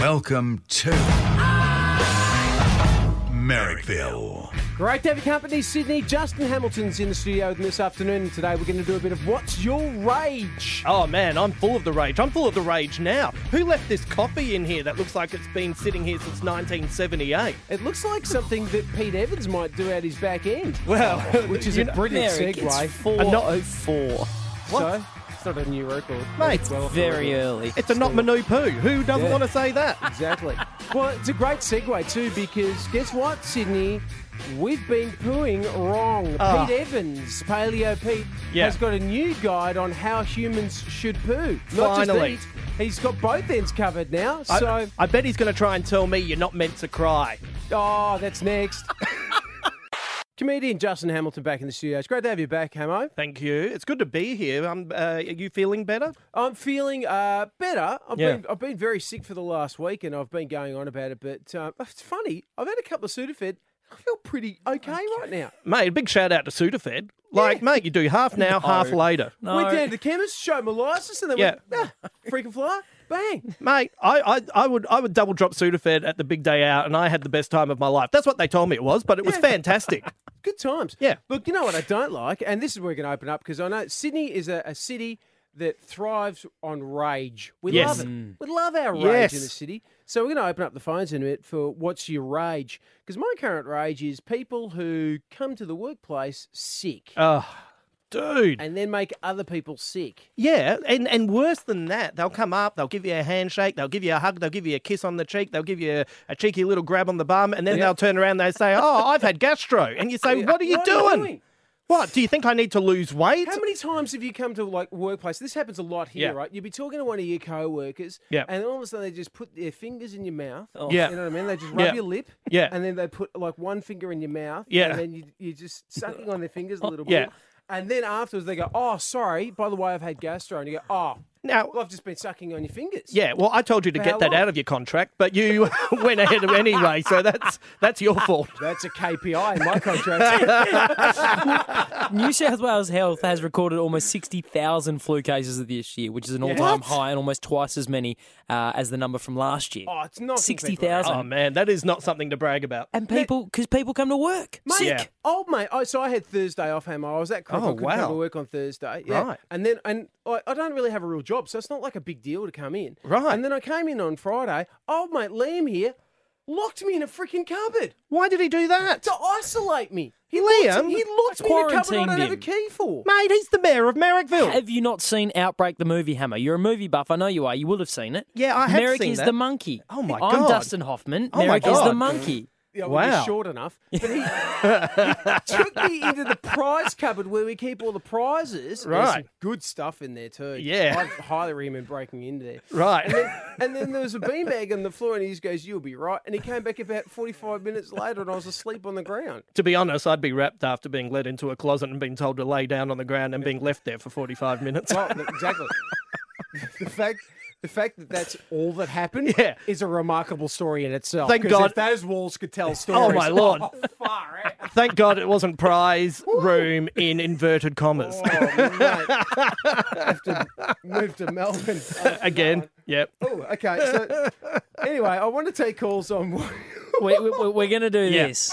Welcome to Merrickville. Great to have your company, Sydney. Justin Hamilton's in the studio with me this afternoon. And today we're going to do a bit of What's Your Rage? Oh man, I'm full of the rage. I'm full of the rage now. Who left this coffee in here that looks like it's been sitting here since 1978? It looks like something that Pete Evans might do out his back end, Well, which is a brilliant Merrick, segue. oh it's 404. So, it's not a new record. Mate, Well off the Very record. early. it's a not Manu poo. Who doesn't Yeah. want to say that? Exactly. well, it's a great segue too because guess what, Sydney? We've been pooing wrong. Ah. Pete Evans, Paleo Pete, Yeah. has got a new guide on how humans should poo. Not Finally. just eat. He's got both ends covered now. I- So, I bet he's going to try and tell me you're not meant to cry. oh, that's next. Comedian Justin Hamilton back in the studio. It's great to have you back, Hamo. Thank you. It's good to be here. Um, uh, are you feeling better? I'm feeling uh, better. I've, Yeah. been, I've been very sick for the last week and I've been going on about it, but um, it's funny. I've had a couple of Sudafed. I feel pretty okay. right now. Mate, big shout out to Sudafed. Like, mate, you do half now, half later. No. Went down to the chemist, showed my license, and then Yeah. went, ah, freaking fly, bang. Mate, I, I, I would I would double drop Sudafed at the big day out, and I had the best time of my life. That's what they told me it was, but it was Yeah. fantastic. Good times. Yeah. Look, you know what I don't like? And this is where we're going to open up because I know Sydney is a, a city that thrives on rage. We Yes. Mm. love it. We love our rage Yes. in the city. So we're going to open up the phones in a minute for what's your rage? Because my current rage is people who come to the workplace sick oh, dude. and then make other people sick. Yeah, and, and worse than that, they'll come up, they'll give you a handshake, they'll give you a hug, they'll give you a kiss on the cheek, they'll give you a, a cheeky little grab on the bum, and then they'll turn around and they say, Oh, I've had gastro. And you say, What are you, What doing? are you doing? What? Do you think I need to lose weight? How many times have you come to like workplace? This happens a lot here, Yeah. right? You'll be talking to one of your co-workers, Yeah. and all of a sudden they just put their fingers in your mouth. Oh. Yeah. You know what I mean? They just rub Yeah. your lip, Yeah. and then they put like one finger in your mouth, Yeah. and then you, you're just sucking on their fingers a little Yeah. bit. And then afterwards they go, oh, sorry, by the way, I've had gastro. And you go, oh, Now, well, I've just been sucking on your fingers. yeah, well, I told you to For how get that long? out of your contract, but you went ahead of anyway, so that's that's your fault. That's a KPI in my contract. New South Wales Health has recorded almost 60,000 flu cases this year, which is an all time What? high and almost twice as many uh, as the number from last year. oh, it's not 60,000. Oh man, that is not something to brag about. And people, because people come to work. Mate, Yeah. oh mate, oh, so I had Thursday off, Hammer. I was that crap. I Oh, couldn't come to wow. work on Thursday. Yeah. Right. And then, and I, I don't really have a real job, so it's not like a big deal to come in. Right. And then I came in on Friday. Old mate Liam here locked me in a freaking cupboard Why did he do that? to isolate me. He Liam? locked, he locked me in a cupboard I Quarantined don't have a him. key for. Mate, he's the mayor of Merrickville. Have you not seen Outbreak the movie, Hammer? You're a movie buff. I know you are. You will have seen it. Yeah, I have Merrick seen is that. the monkey. Oh, my I'm God. Dustin Hoffman. Oh, my Merrick is the God. monkey. Yeah, well, he's Wow. short enough. But he, he took me into the prize cupboard where we keep all the prizes. There's some Right. good stuff in there too. Yeah. I highly recommend breaking into there. Right. And then there was a beanbag on the floor, and he just goes, "You'll be right." And he came back about forty-five minutes later, and I was asleep on the ground. to be honest, I'd be wrapped after being led into a closet and being told to lay down on the ground and being left there for 45 minutes. Well, th- exactly. the fact, the fact that that's all that happened, Yeah. is a remarkable story in itself. Thank 'Cause God- if those walls could tell stories. oh, my Lord. Far out. Thank God it wasn't prize room in inverted commas. Oh, mate. have to move to Melbourne. Again, yep. Oh, okay. So, anyway, I want to take calls on. we, we, we- we're going to do Yeah. this.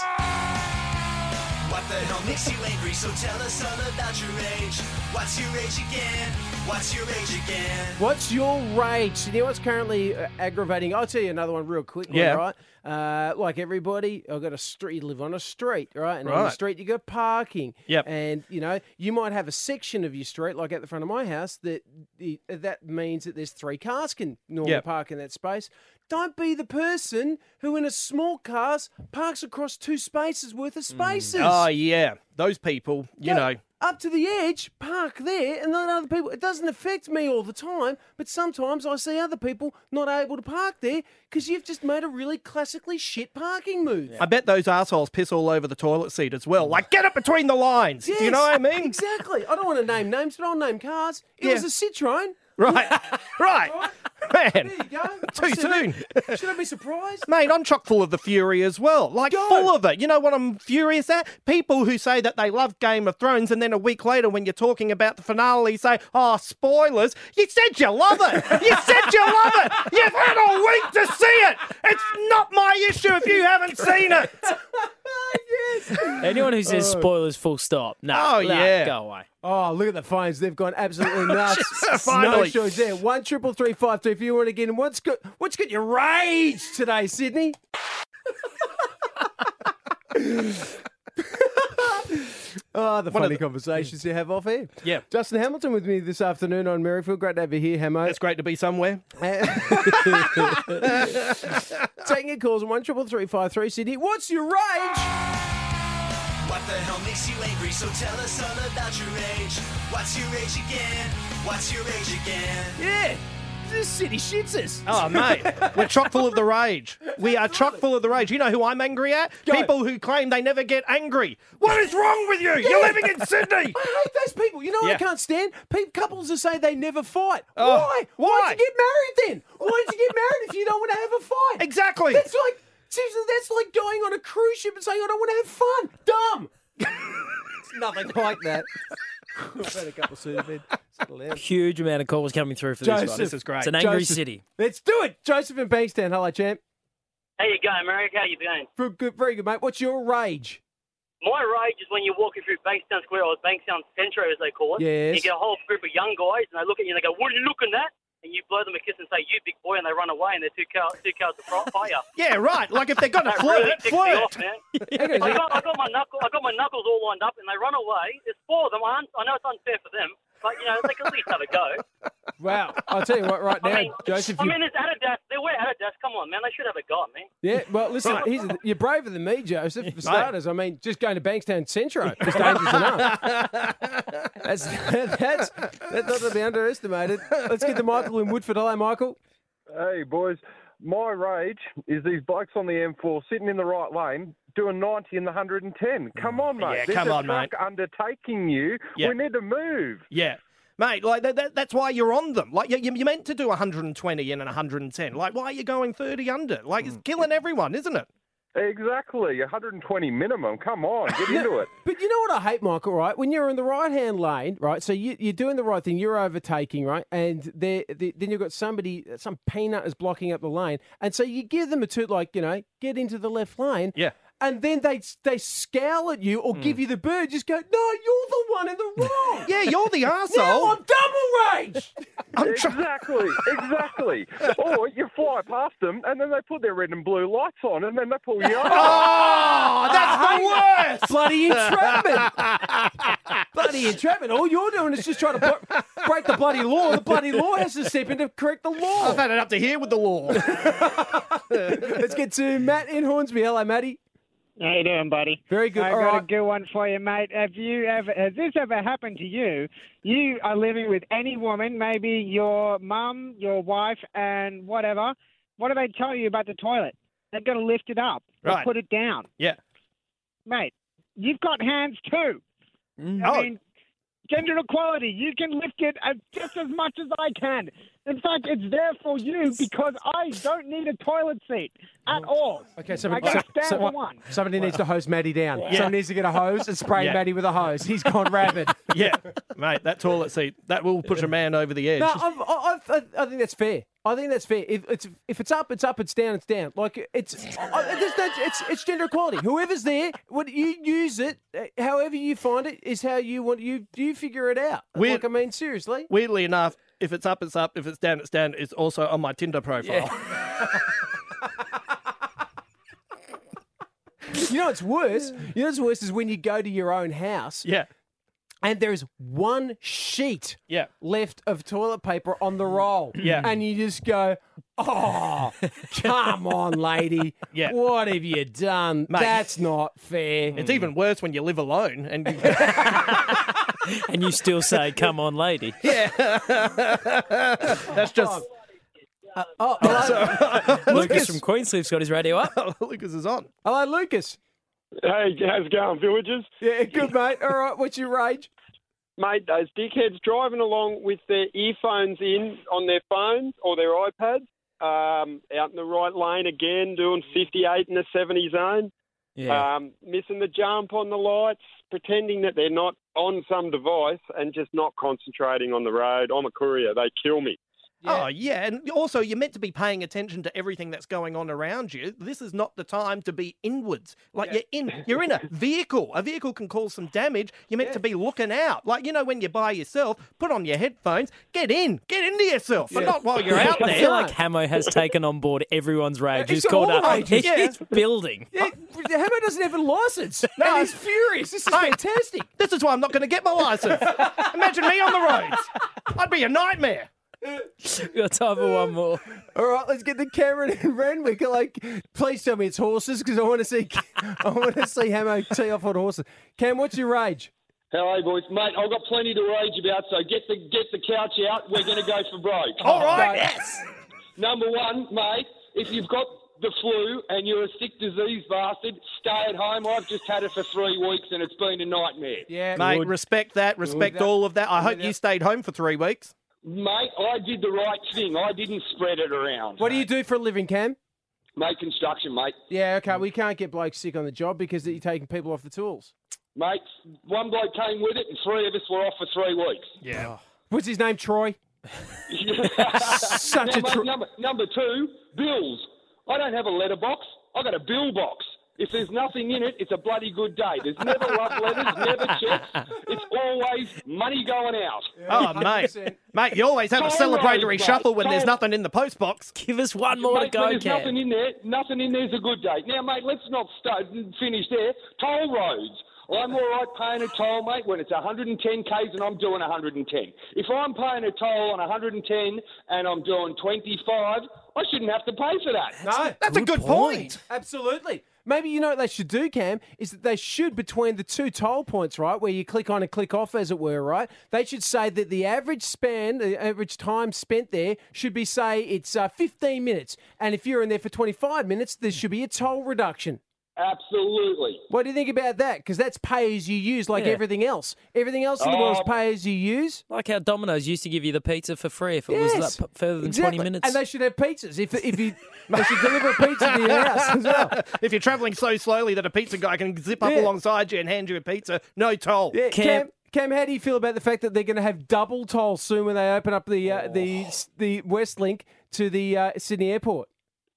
What the hell makes you angry? So tell us all about your rage. What's your rage again? What's your rage again? What's your rage? You know what's currently uh, aggravating? I'll tell you another one real quick. one, Yeah. right. Uh, like everybody, I've got a street. You live on a street, right? And on the Right. street, you got parking. Yep. And you know, you might have a section of your street, like at the front of my house, that the, that means that there's three cars can normally Yep. park in that space. Don't be the person who, in a small cars, parks across two spaces worth of spaces Oh, yeah. Those people, you know. up to the edge, park there, and then other people. It doesn't affect me all the time, but sometimes I see other people not able to park there because you've just made a really classically shit parking move. I bet those assholes piss all over the toilet seat as well. Like, get up between the lines. Do you know what I Mm. Yes, mean? Exactly. I don't want to name names, but I'll name cars. It Yeah. was a Citroen. Right. right. man. There you go. Too I said, soon. Should I be surprised? Mate, I'm chock full of the fury as well. Like, full of it. You know what I'm furious at? People who say that they love Game of Thrones, and then a week later, when you're talking about the finale, say, oh, spoilers. You said you love it. You said you love it. You've had a week to see it. It's not my issue if you haven't seen it. Anyone who says spoilers full stop, no, Oh, no, yeah. go away. Oh, look at the phones. They've gone absolutely nuts. no Finally. shows there. One triple three five two. If you want to get in, what's got what's got you rage today, Sydney? Ah, the funny conversations you have off here. Yeah. Justin Hamilton with me this afternoon on Merrifield. Great to have you here, Hamo. It's great to be somewhere. Taking your calls on one triple three five three Sydney. What's your rage? What the hell makes you angry? So tell us all about your rage. What's your rage again? What's your rage again? Yeah, this city shits us. Oh, mate, we're chock full of the rage. We are chock full of the rage. You know who I'm angry at? People who claim they never get angry. What is wrong with you? You're living in Sydney. I hate those people. You know what Yeah. I can't stand? People, couples that say they never fight. Oh, why? why? Why'd you get married then? Why'd you get married if you don't want to have a fight? Exactly. That's like seriously, that's like going on a cruise ship and saying I don't want to have fun. Dumb. it's nothing like that. I've had a couple of soon, Huge amount of calls coming through for this Joseph. one. This is great. It's an angry Joseph. city. Let's do it. Joseph in Bankstown. Hello, champ. How you going, Merrick? How you been? Very good, very good, mate. What's your rage? My rage is when you're walking through Bankstown Square or Bankstown Centro, as they call it. Yes. You get a whole group of young guys, and they look at you and they go, "What are you looking at?" And you blow them a kiss and say, "You big boy," and they run away, and they're two cars, two cars of fro- fire. Yeah, right. Like if they're gonna That flirt, really ticks me flirt. off, man. Hang on a I second. got, I got my knuckle, I got my knuckles all lined up, and they run away. There's four of them. I, un- I know it's unfair for them, but you know they can at least have a go. Wow. I'll tell you what, right now, I mean, Joseph. I you- mean, there's Adidas. They wear Adidas. Come on, man. They should have a go, man. Yeah, well, listen, here's the- you're braver than me, Joseph. For starters, I mean, just going to Bankstown Centro is dangerous enough. That's, that's, that's not to be underestimated. Let's get to Michael in Woodford. Hello, Michael. Hey, boys. My rage is these blokes on the M4 sitting in the right lane doing 90 in the 110. Come on, mate. Yeah, There's come a on, mate. truck undertaking you. Yeah. We need to move. Yeah. Mate, like that, that, that's why you're on them. Like you, you- you're meant to do 120 and 110. Like why are you going 30 under? Like it's killing everyone, isn't it? Hmm. Exactly. 120 minimum. Come on. Get into it. But you know what I hate, Michael, right? When you're in the right hand lane, right? So you, you're doing the right thing, you're overtaking, right? And they, they, then you've got somebody, some peanut is blocking up the lane. And so you give them a toot, like, you know, get into the left lane. Yeah. Hmm. And then they they scowl at you or give you the bird, just go, no, you're the one in the wrong. Yeah, you're the Now arsehole. I'm double rage. exactly. Exactly. or you fly past them and then they put their red and blue lights on and then they pull you over. Oh, that's the worst. bloody entrapment. bloody entrapment. All you're doing is just trying to blo- break the bloody law. The bloody law has to step in to correct the I've law. had it up to here with the law. Let's get to Matt in Hornsby. Hello, Matty. How you doing, buddy? Very good. I All got a right. good one for you, mate. Have you ever? Has this ever happened to you? You are living with any woman, maybe your mum, your wife, and whatever. What do they tell you about the toilet? They've got to lift it up or Right. put it down, Yeah. mate. You've got hands too. I Mm. Oh. mean, gender equality. You can lift it as, just as much as I can. In fact, it's there for you because I don't need a toilet seat at all. Oh. Okay, I somebody, got so, to stand so- for one. somebody needs to hose Matty down. Somebody needs to get a hose and spray Yeah. Matty with a hose. He's gone rabid. Yeah, mate, that toilet seat that will push a man over the edge. No, I'm, I, I, I- I think that's fair. I think that's fair. If it's if it's up, it's up. It's down, it's down. Like it's I, there's no- it's it's gender equality. Whoever's there, what you use it, uh, however you find it, is how you want you you figure it out. We're- like I mean, seriously. Weirdly enough, if it's up, it's up. If it's down, it's down. It's also on my Tinder profile. You know what's worse? You know what's worse is when you go to your own house Yeah, and there is one sheet yeah, left of toilet paper on the roll. Yeah. And you just go, oh, come on, lady. Yeah. What have you done? That's not fair. It's even worse when you live alone and you, And you still say, come on, lady. that's just Oh, hello, Lucas from Queensleaf's got his radio up. Lucas is on. hello, Lucas. Hey, how's it going, villagers? Yeah, good, mate. All right, what's your rage? made those dickheads driving along with their earphones in on their phones or their iPads, um, out in the right lane again, doing 58 in the 70 zone, Yeah. um, missing the jump on the lights, pretending that they're not on some device and just not concentrating on the road. I'm a courier. They kill me. Oh, yeah. And also, you're meant to be paying attention to everything that's going on around you. This is not the time to be inwards. Like, you're in you're in a vehicle. A vehicle can cause some damage. You're meant to be looking out. Like, you know, when you're by yourself, put on your headphones, get in, get into yourself, but not while you're out I feel there. like Hamo has taken on board everyone's rage. He's He's got called all the up. rages, yeah. It's building. Yeah, Hamo doesn't have a license. and he's furious. This is fantastic. This is why I'm not going to get my license. Imagine me on the roads. I'd be a nightmare. We've got time for one more. All right, let's get the Cameron and Renwick. Like, please tell me it's horses because I want to see, I want to see Hamo tee off on horses. Cam, what's your rage? Hello, boys, mate. I've got plenty to rage about, so get the get the couch out. We're going to go for broke. All right. Number one, mate, if you've got the flu and you're a sick disease bastard, stay at home. I've just had it for three weeks and it's been a nightmare. Yeah, Mate, respect that. Respect all of that. I hope you stayed home for three weeks. Mate, I did the right thing. I didn't spread it around. What do you do for a living, Cam? Mate, construction, mate. Yeah, okay, we can't get blokes sick on the job because you're taking people off the tools. Mate, one bloke came with it and three of us were off for three weeks. Oh. Yeah. What's his name? Troy. Such now, a mate, tr- number, number two, bills. I don't have a letterbox. I got a bill box. If there's nothing in it, it's a bloody good day. There's never love letters, never checks. It's always money going out. Oh, mate. 100%. Mate, you always have a Tall celebratory road, mate. shuffle when there's Tall- nothing in the post box. Give us one more mate, to when go, there's nothing Cam. in there, nothing in there's a good day. Now, mate, let's not start, finish there. Toll roads. I'm all right paying a toll, mate, when it's 110 k's and I'm doing 110. If I'm paying a toll on 110 and I'm doing 25, I shouldn't have to pay for that. No, That's a good point. absolutely. Maybe you know what they should do, Cam, is that they should between the two toll points, right, where you click on and click off, as it were, right? They should say that the average span, the average time spent there, should be say it's uh, 15 minutes, and if you're in there for 25 minutes, there should be a toll reduction. Absolutely. What do you think about that? Because that's pay as you use, like Yeah. everything else. Everything else in the Oh, world is pay as you use. Like how Domino's used to give you the pizza for free if it was Yes, that p- further than exactly. 20 minutes. and they should have pizzas. If if you they should deliver a pizza to your house as well. if you're travelling so slowly that a pizza guy can zip up Yeah. alongside you and hand you a pizza, no toll. Yeah, Cam. Cam- Cam, how do you feel about the fact that they're going to have double toll soon when they open up the uh, the the Westlink to the uh, Sydney Airport?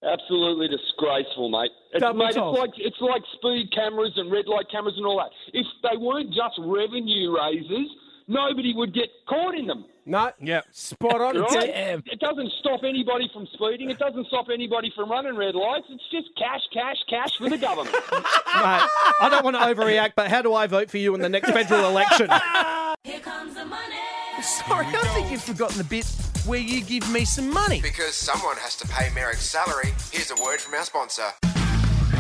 Absolutely disgraceful, mate. It's, Double mate, it's toll. like it's like speed cameras and red light cameras and all that. If they weren't just revenue raisers, nobody would get caught in them. No. Yep. Spot on. Right? Damn. It doesn't stop anybody from speeding. It doesn't stop anybody from running red lights. It's just cash, cash, cash for the government. Mate, I don't want to overreact, but how do I vote for you in the next federal election? Here comes the money. Sorry, I think you've forgotten the bit where you give me some money. Because someone has to pay Merrick's salary, here's a word from our sponsor.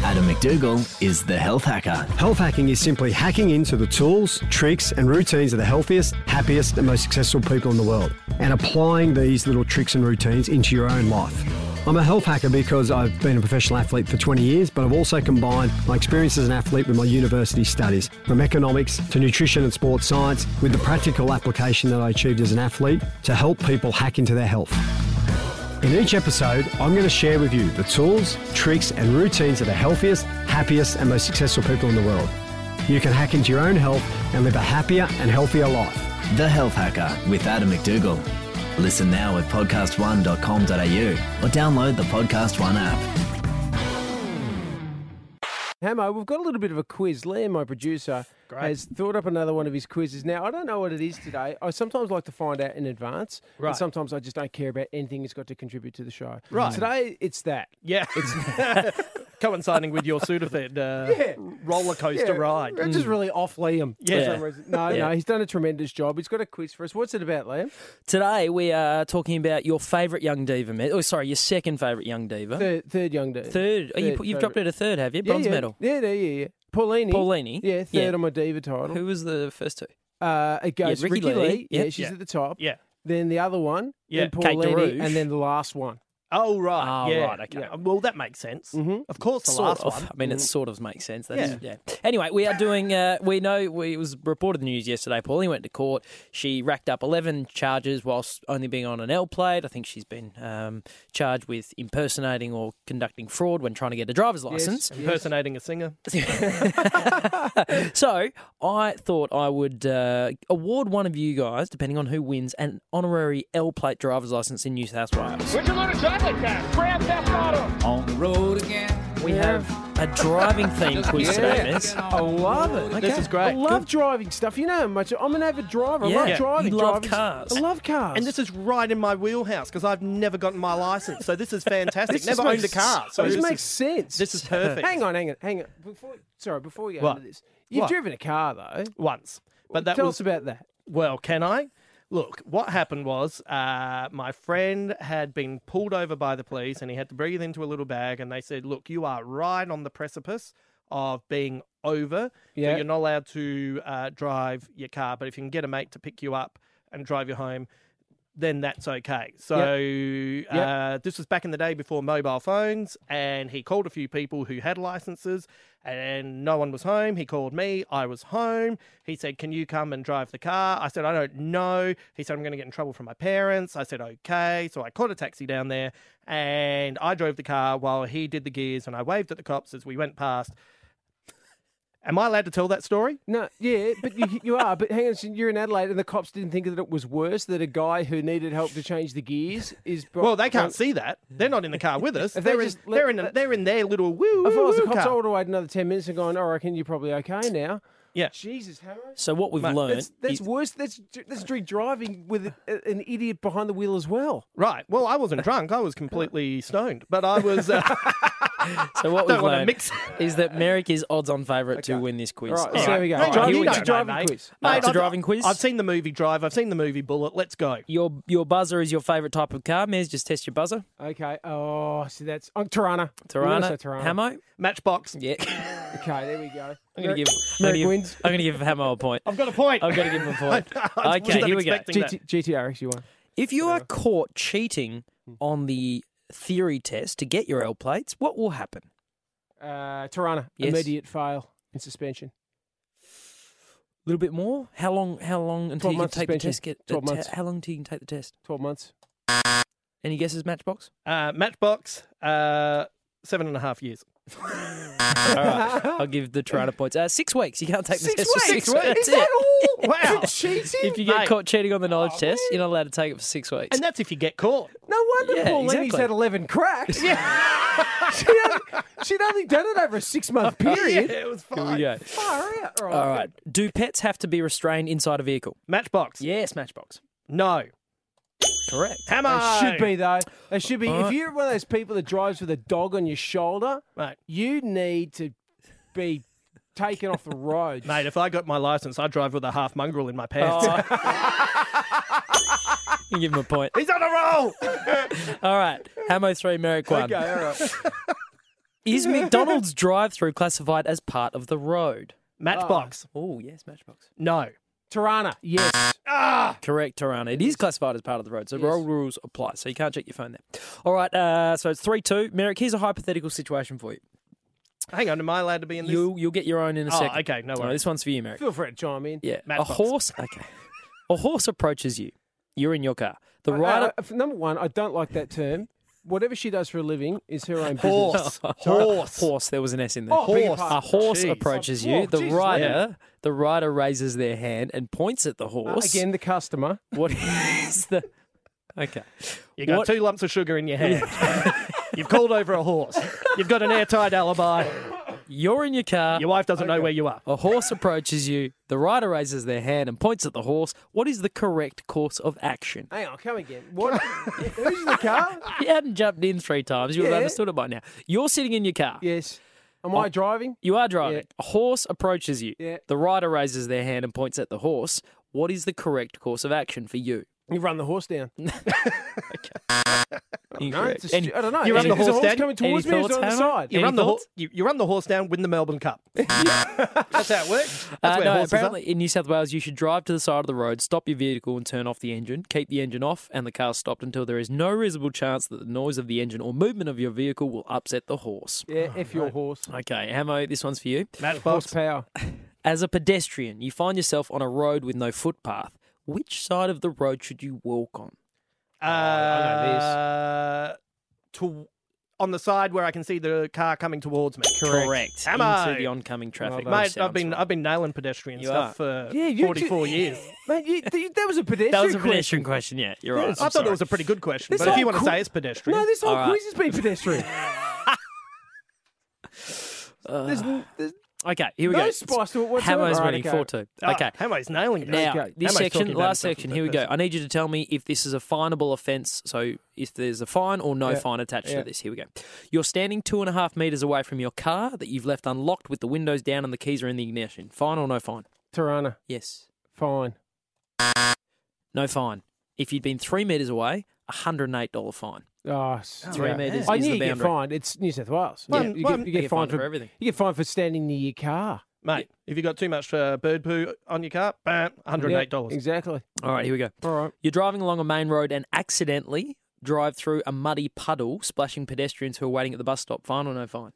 Adam McDougall is the health hacker. Health hacking is simply hacking into the tools, tricks, and routines of the healthiest, happiest, and most successful people in the world, and applying these little tricks and routines into your own life. I'm a health hacker because I've been a professional athlete for 20 years, but I've also combined my experience as an athlete with my university studies, from economics to nutrition and sports science, with the practical application that I achieved as an athlete to help people hack into their health. In each episode, I'm going to share with you the tools, tricks, and routines of the healthiest, happiest, and most successful people in the world. You can hack into your own health and live a happier and healthier life. The Health Hacker with Adam McDougall. Listen now at podcast1.com.au or download the Podcast One app. Hamo, we've got a little bit of a quiz. Liam, my producer, has thought up another one of his quizzes. Now, I don't know what it is today. I sometimes like to find out in advance. and Right. sometimes I just don't care about anything that's got to contribute to the show. Right. Today, it's that. Yeah. Coinciding with your Sudafed uh, Yeah. roller coaster ride. It's just Mm. really off Liam. for Yeah. some reason. No, Yeah. no, he's done a tremendous job. He's got a quiz for us. What's it about, Liam? Today we are talking about your favourite young diva. Me- oh, sorry, your second favourite young diva. Third, third young dude. Third. Oh, you, Third put- you've favourite. dropped it a third, have you? Yeah, Bronze yeah. medal. Yeah, yeah, yeah, yeah. Paulini. Paulini. Yeah, third Yeah. on my diva title. Who was the first two? Uh, it goes Ricky Ricky, Lee. Lee. Yeah, Yeah. she's Yeah. at the top. Yeah. Then the other one. Yeah, Then Kate Paulini, DeRouge. and then the last one. Oh right, Oh, yeah. right, okay. Yeah. Well, that makes sense. Mm-hmm. Of course, the sort last of. one. Mm. I mean, it sort of makes sense. That's, yeah. Yeah. Anyway, we are doing. Uh, we know we, it was reported in the news yesterday. Pauline went to court. She racked up eleven charges whilst only being on an L plate. I think she's been um, charged with impersonating or conducting fraud when trying to get a driver's license. impersonating a singer. so I thought I would uh, award one of you guys, depending on who wins, an honorary L plate driver's license in New South Wales. We're going to Chocolate Town. Grab that bottle. On the road again. We have a driving theme quiz today, miss. I love it. This is great. I love driving stuff. You know how much I'm an avid driver. I love driving. driving- I love cars. And this is right in my wheelhouse because I've never gotten my license. So this is fantastic. This never just owned a makes- car. So this makes is, sense. This is perfect. Hang on, hang on, hang on. Before, sorry, before we go What? into this, you've What? driven a car though. Once. But that Tell was, us about that. Well, can I? Look, what happened was uh, my friend had been pulled over by the police and he had to breathe into a little bag, and they said, Look, you are right on the precipice of being over. Yeah. So you're not allowed to uh, drive your car, but if you can get a mate to pick you up and drive you home, then that's okay. So uh, this was back in the day before mobile phones, and he called a few people who had licenses, and no one was home. He called me. I was home. He said, "Can you come and drive the car?" I said, "I don't know." He said, "I'm going to get in trouble from my parents." I said, "Okay." So I caught a taxi down there, and I drove the car while he did the gears, and I waved at the cops as we went past. Am I allowed to tell that story? No, yeah, but you, you are. But hang on, so you're in Adelaide, and the cops didn't think that it was worse that a guy who needed help to change the gears is. bro- Well, they can't see that. They're not in the car Uh, with us. If they They're in, just let- uh, they're in, a- they're in their little woo. If I woo, was the woo cops, car. I would have waited another ten minutes and gone. I reckon you're probably okay now. Yeah. Jesus, Hammer. So what we've Mate, learned That's, that's is- worse. That's that's drink driving with a- an idiot behind the wheel as well. Right. Well, I wasn't drunk. I was completely stoned, but I was. Uh, So what Don't we've wanna learned mix- is that Merrick is odds-on favourite to win this quiz. All All so right. there we go. All right, here you we know, go. Mate, mate. Mate, it's a I've- driving quiz. I've seen the movie Drive. I've seen the movie Bullet. Let's go. Your your buzzer is your favourite type of car, Mez. Just test your buzzer. Okay. Oh, see, that's on Tirana. We're gonna Tirana, say Tirana. Hamo, Matchbox. Yeah. Okay, there we go. I'm gonna give. I'm Merrick gonna give, wins. I'm gonna give Hamo a point. I've got a point. I've got to give him a point. I okay, wasn't here we go. expecting that. GT GTRX, you won. If you are caught cheating Hmm. on the theory test to get your L plates, what will happen? Uh, Tirana, Yes. immediate fail in suspension. A little bit more. How long? How long until 12 you can months take the suspension. test? Get, the 12 te- months. How long till you can take the test? Twelve months. Any guesses, Matchbox? Uh, Matchbox. Uh, seven and a half years. All right, Uh-huh. I'll give the Toronto points. Uh, six weeks. You can't take the test for six weeks. That's Is that it. all? Wow. If you get Mate. Oh, caught cheating on the knowledge test, you're not allowed to take it for six weeks. And that's if you get caught. No wonder Yeah, Paul Lenny's exactly. had eleven cracks. Yeah. she'd, only, she'd only done it over a six month Oh, period. it was Here we go. Far out. All right. Uh, Do pets have to be restrained inside a vehicle? Matchbox. Yes, Matchbox. No. Correct. They should be though. They should be. All If right. you're one of those people that drives with a dog on your shoulder, Mate. you need to be taken off the road. Oh. Mate, if I got my license, I'd drive with a half mongrel in my pants. You give him a point. He's on a roll. All right. Hamo three, Merrick one. Okay, all right. Is McDonald's drive-through classified as part of the road? Matchbox. Oh yes, Matchbox. No. Ah. Tirana, yes. Correct, Tirana. It is classified as part of the road, so road rules apply. So you can't check your phone there. All right. Uh, so it's three two. Merrick, here's a hypothetical situation for you. Hang on, am I allowed to be in this? You'll you'll get your own in a Oh, second. okay, no All right, worries. This one's for you, Merrick. Feel free to chime in. Yeah. Matchbox. A horse. Okay. A horse approaches you. You're in your car. Oh, The rider. Uh, f- number one, I don't like that term. Whatever she does for a living is her own business. Horse. Horse. Horse. There was an S in there. Oh, beg your Horse. pardon. A horse Jeez. approaches Oh, you. The Jesus, rider. The rider raises their hand and points at the Uh, horse. Again, the customer. What is the? Okay. You got What- two lumps of sugar in your hand. You've called over a horse. You've got an airtight alibi. You're in your car. Your wife doesn't know where you are. A horse approaches you. The rider raises their hand and points at the horse. What is the correct course of action? Hang on, come again. What? Who's in the car? If you hadn't jumped in three times, you would have Yeah. understood it by now. You're sitting in your car. Oh, Yes. Am I driving? You are driving. A horse approaches you. Yeah. The rider raises their hand and points at the horse. What is the correct course of action for you? You run the horse down. don't know. It's a And stu- I don't know. You run Is- the is a horse, down. coming towards me. or Is it on the side? You run the, horse, you, you run the horse down, win the Melbourne Cup. That's how it works. That's Uh, where no, horses are. apparently in New South Wales, you should drive to the side of the road, stop your vehicle, and turn off the engine. Keep the engine off, and the car stopped until there is no reasonable chance that the noise of the engine or movement of your vehicle will upset the horse. Yeah, if your horse. Okay, Hamo, this one's for you. Horsepower. As a pedestrian, you find yourself on a road with no footpath. Which side of the road should you walk on? Oh, Uh, to on the side where I can see the car coming towards me. Correct. Am Into I? the oncoming traffic. Mate, I've been I've been nailing pedestrian You stuff are. for Yeah, you 44 do- years. Man, you, th- that was a pedestrian. That was a question. pedestrian question. Yeah, you're Yeah, right. I thought it was a pretty good question, This but if whole you want to qu- say it's pedestrian, No, this whole All right. quiz has been pedestrian. There's n- there's- Uh, Okay, here we No go. spice to it whatsoever. Hamo's All right, winning okay. four two. Ah, Okay, Hamo's nailing it. Now Okay. this Hamo's section, talking about last himself section. as Here we that go. I need you to tell me if this is a finable offence. So if there's a fine or no Yeah, fine attached yeah. to this. Here we go. You're standing two and a half meters away from your car that you've left unlocked with the windows down and the keys are in the ignition. Fine or no fine? Tirana. Yes. Fine. No fine. If you'd been three meters away, a hundred and eight dollar fine. Oh, s- Three metres I is knew the you get boundary. fined. It's New South Wales. Well, you, well, get, you you get get fined fined for everything. You get fined for standing near your car. Mate, if you got too much uh, bird poo on your car, bam, $108. Yeah, exactly. All right, here we go. All right. You're driving along a main road and accidentally drive through a muddy puddle, splashing pedestrians who are waiting at the bus stop. Fine or no fine?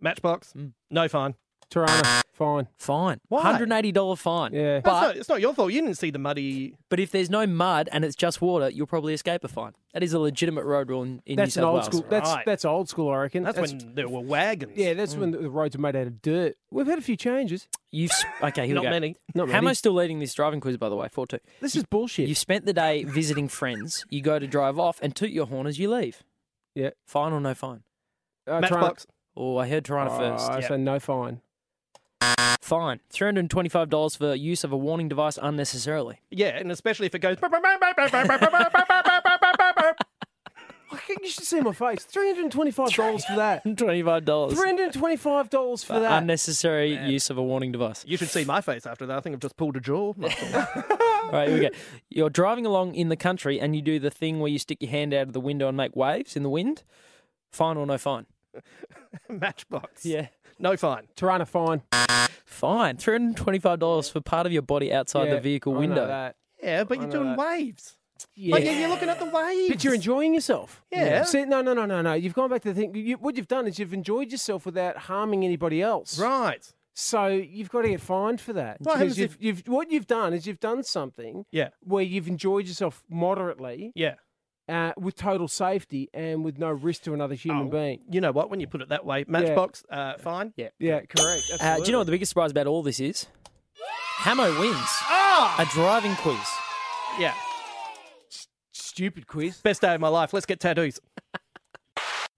Matchbox, no fine. Tirana, fine. Hmm. Fine. Why? $180 fine. Yeah. That's not, it's not your fault. You didn't see the muddy. But if there's no mud and it's just water, you'll probably escape a fine. That is a legitimate road rule in, in that's New an South old Wales. school. That's that's old school. I reckon. That's when there were wagons. Yeah, that's when the roads are made out of dirt. We've had a few changes. Mm. You've s- okay. Here Not we go. many. Not many. Hamo's still leading this driving quiz, by the way. Four two. This is bullshit. You've spent the day visiting friends. You go to drive off and toot your horn as you leave. Yeah. Fine or no fine? Uh, Matchbox. Oh, I heard Toronto first. I say no fine. Fine. Three hundred and twenty-five dollars for use of a warning device unnecessarily. Yeah, and especially if it goes. I think you should see my face. Three hundred and twenty-five dollars for that. Twenty-five dollars. Three hundred and twenty-five dollars for that. Unnecessary use of a warning device. You should see my face after that. I think I've just pulled a jaw. All right, here we go. You're driving along in the country and you do the thing where you stick your hand out of the window and make waves in the wind. Fine or no fine? Matchbox. Yeah. No fine. Tirana fine. Fine. Three hundred and twenty-five dollars for part of your body outside Yeah, the vehicle I know window. that. Yeah, but you're know doing that. waves. Yeah. Like, you're looking at the waves. But you're enjoying yourself. Yeah. See, no, no, no, no, no. You've gone back to the thing. You, what you've done is you've enjoyed yourself without harming anybody else. Right. So you've got to get fined for that. What Because happens you've, if- you've, what you've done is you've done something Yeah. where you've enjoyed yourself moderately. Yeah. Uh, with total safety and with no risk to another human being. Oh, You know what? When you put it that way, Matchbox, uh, fine. Yeah. Yeah, correct. Uh, do you know what the biggest surprise about all this is? Hamo wins Ah! a driving quiz. Yeah. Stupid quiz. Best day of my life. Let's get tattoos.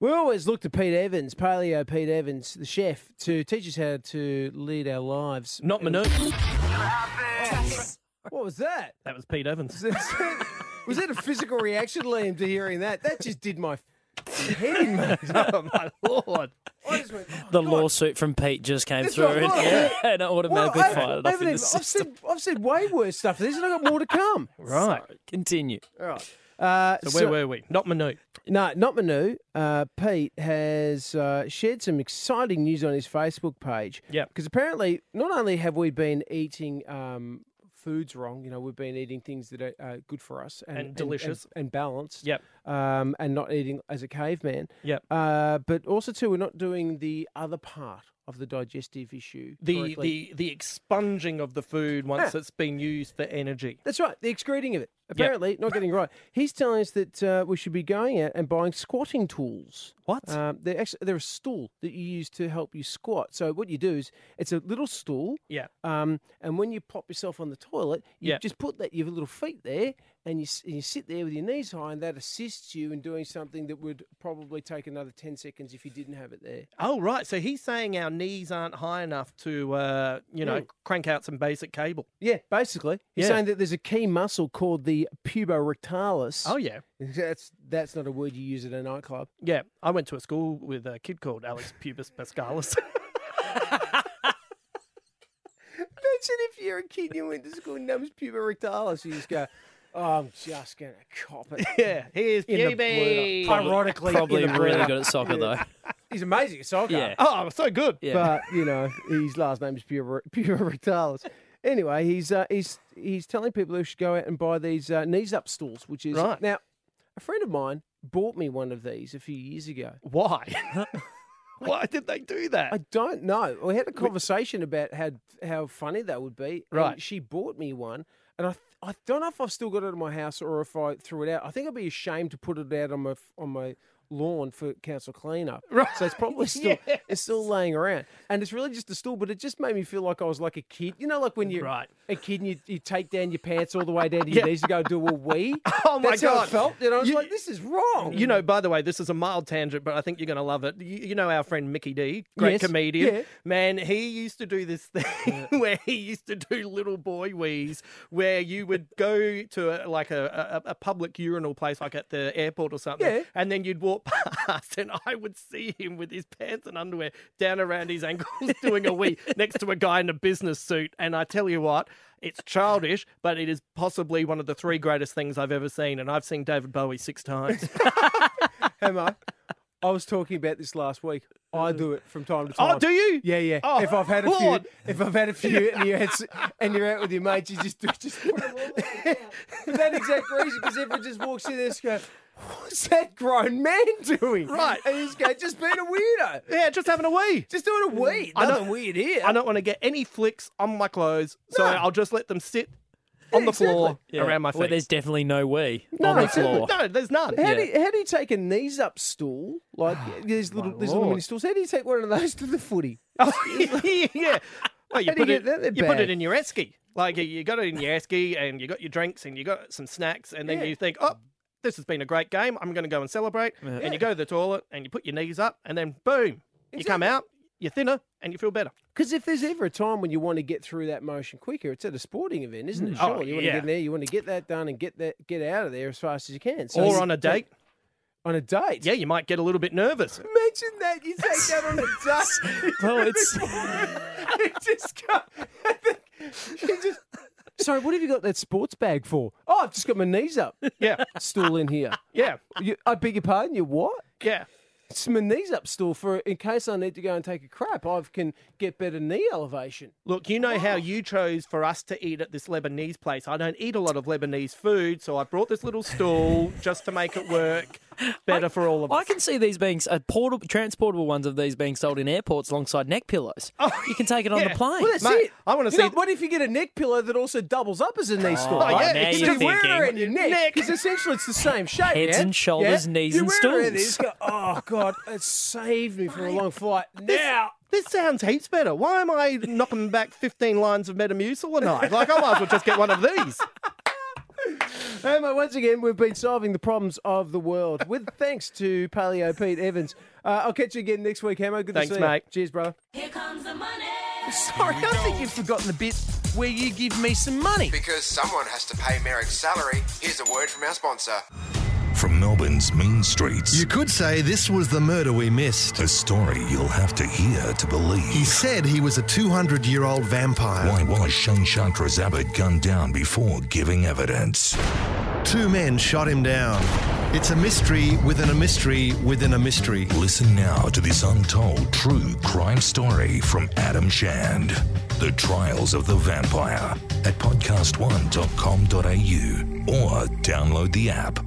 We always look to Pete Evans, Paleo Pete Evans, the chef, to teach us how to lead our lives. Not Manute. What was that? That was Pete Evans. Was that a physical reaction, Liam, to hearing that? That just did my head in, mate. oh, my lord. The lawsuit from Pete just came That's through, right, and, right. yeah, and I automatically Well, I- fired I off haven't even- in the I've system. said, I've said way worse stuff than this, and I've got more to come. Right. Continue. All right. Uh, So, where were we? Not Manute. No, not Manu. Uh, Pete has uh, shared some exciting news on his Facebook page. Yep. Because apparently, not only have we been eating um, foods wrong, you know, we've been eating things that are uh, good for us And delicious. and, balanced. Yep. Um, and not eating as a caveman. Yep. Uh, but also too, we're not doing the other part of the digestive issue. The, correctly. the the expunging of the food once Yeah. it's been used for energy. That's right, the excreting of it. Apparently, not getting it right. He's telling us that uh, we should be going out and buying squatting tools. What? Um, they're actually they're a stool that you use to help you squat. So what you do is it's a little stool. Yeah. Um, and when you pop yourself on the toilet, you Yeah. just put that your little feet there, and you s- and you sit there with your knees high, and that assists you in doing something that would probably take another ten seconds if you didn't have it there. Oh right, so he's saying our knees aren't high enough to uh, you know Mm. crank out some basic cable. Yeah, basically, he's Yeah. saying that there's a key muscle called the puborectalis. Oh yeah, That's that's not a word you use at a nightclub. yeah. I went to a school with a kid called Alex Pubis Pascalis. Imagine if you're a kid and you went to school and that was puborectalis. You just go, "Oh, I'm just gonna cop it. Yeah, here's In the QB. blue- Ironically, probably in the really blue- good at soccer though. He's amazing at soccer. Yeah. Oh, so good. But you know, his last name is Pure Puritalis. Anyway, he's uh, he's he's telling people who should go out and buy these uh, knees up stools, which is Right. now a friend of mine bought me one of these a few years ago. Why? Why did they do that? I don't know. We had a conversation about how how funny that would be. and Right. she bought me one, and I th- I don't know if I've still got it in my house or if I threw it out. I think I'd be ashamed to put it out on my f- on my lawn for council cleanup. Right. So it's probably still it's still laying around, and it's really just a stool. But it just made me feel like I was like a kid. You know, like when you're Right. a kid and you, you take down your pants all the way down to Yeah. your knees to go do a wee. Oh my That's god! How it felt. You know, I was You- like, this is wrong. You know, by the way, this is a mild tangent, but I think you're going to love it. You, you know our friend Mickey D, great Yes, comedian. yeah. Man, he used to do this thing where he used to do little boy wees, where you would go to a, like a, a, a public urinal place, like at the airport or something, Yeah. and then you'd walk past, and I would see him with his pants and underwear down around his ankles doing a wee next to a guy in a business suit. And I tell you what. It's childish, but it is possibly one of the three greatest things I've ever seen, and I've seen David Bowie six times. Emma, I was talking about this last week. I do it from time to time. Oh, do you? Yeah, yeah. Oh, if I've had a few, Lord. if I've had a few, and you're out, and you're out with your mates, you just do just put 'em all over the ground. for that exact reason. Because everyone just walks in there and goes, "What's that grown man doing?" Right. and you just go, "Just being a weirdo, Yeah, just having a wee. just doing a wee." I don't- Nothing weird here. I don't want to get any flicks on my clothes, so No. I'll just let them sit on the floor Yeah. around my feet. Well, there's definitely no way No, on the exactly. floor. no, there's none. How, Yeah. do you, how do you take a knees up stool like these little these little Lord. mini stools? How do you take one of those to the footy? yeah. Well, you How do put you it get that in you put it bag? in your esky. Like you- you got it in your esky, and you got your drinks, and you got some snacks, and then Yeah. you think, oh, this has been a great game. I'm going to go and celebrate. Yeah. And you go to the toilet, and you put your knees up, and then boom, you come Exactly. out, you're thinner, and you feel better. Because if there's ever a time when you want to get through that motion quicker, it's at a sporting event, isn't it? Mm. Oh, Sure, you want yeah. to get in there, you want to get that done and get that get out of there as fast as you can. So or you- on a date, on a date. yeah, you might get a little bit nervous. Imagine that you take that on a date. Well, it's you just go. you just. Sorry, what have you got that sports bag for? Oh, I've just got my knees up. Yeah, Stool in here. yeah, You, I beg your pardon. You what? yeah. It's my knees up stool for in case I need to go and take a crap. I can get better knee elevation. Look, you know how you chose for us to eat at this Lebanese place. I don't eat a lot of Lebanese food, so I brought this little stool just to make it work better for all of I us. can see these being uh, portable, transportable ones of these being sold in airports alongside neck pillows. Oh, you can take it on yeah. the plane. Well, that's Mate, it. I wanna You see- know, what if you get a neck pillow that also doubles up as a knee stool? Oh, yeah, right? now So you're you wear it thinking. in your neck Neck. because essentially it's the same shape. Heads yeah? and shoulders, Yeah? knees you and wear it in stools. there, you go, oh god, it saved me from a long flight. Now This sounds heaps better. Why am I knocking back 15 lines of Metamucil a night? Like, I might as well just get one of these. Hey, mate, once again, we've been solving the problems of the world with thanks to Paleo Pete Evans. Uh, I'll catch you again next week, Hamo. Good Thanks, to see mate. you. Cheers, brother. Here comes the money. Sorry, I think you've forgotten the bit where you give me some money. Because someone has to pay Merrick's salary, here's a word from our sponsor. From Melbourne's mean streets, You could say this was the murder we missed. a story you'll have to hear to believe. He said he was a 200 year old vampire. Why was Shane Chantra's Abbott gunned down before giving evidence? Two men shot him down. It's a mystery within a mystery within a mystery. Listen now to this untold true crime story from Adam Shand. The Trials of the Vampire at podcastone.com.au or download the app.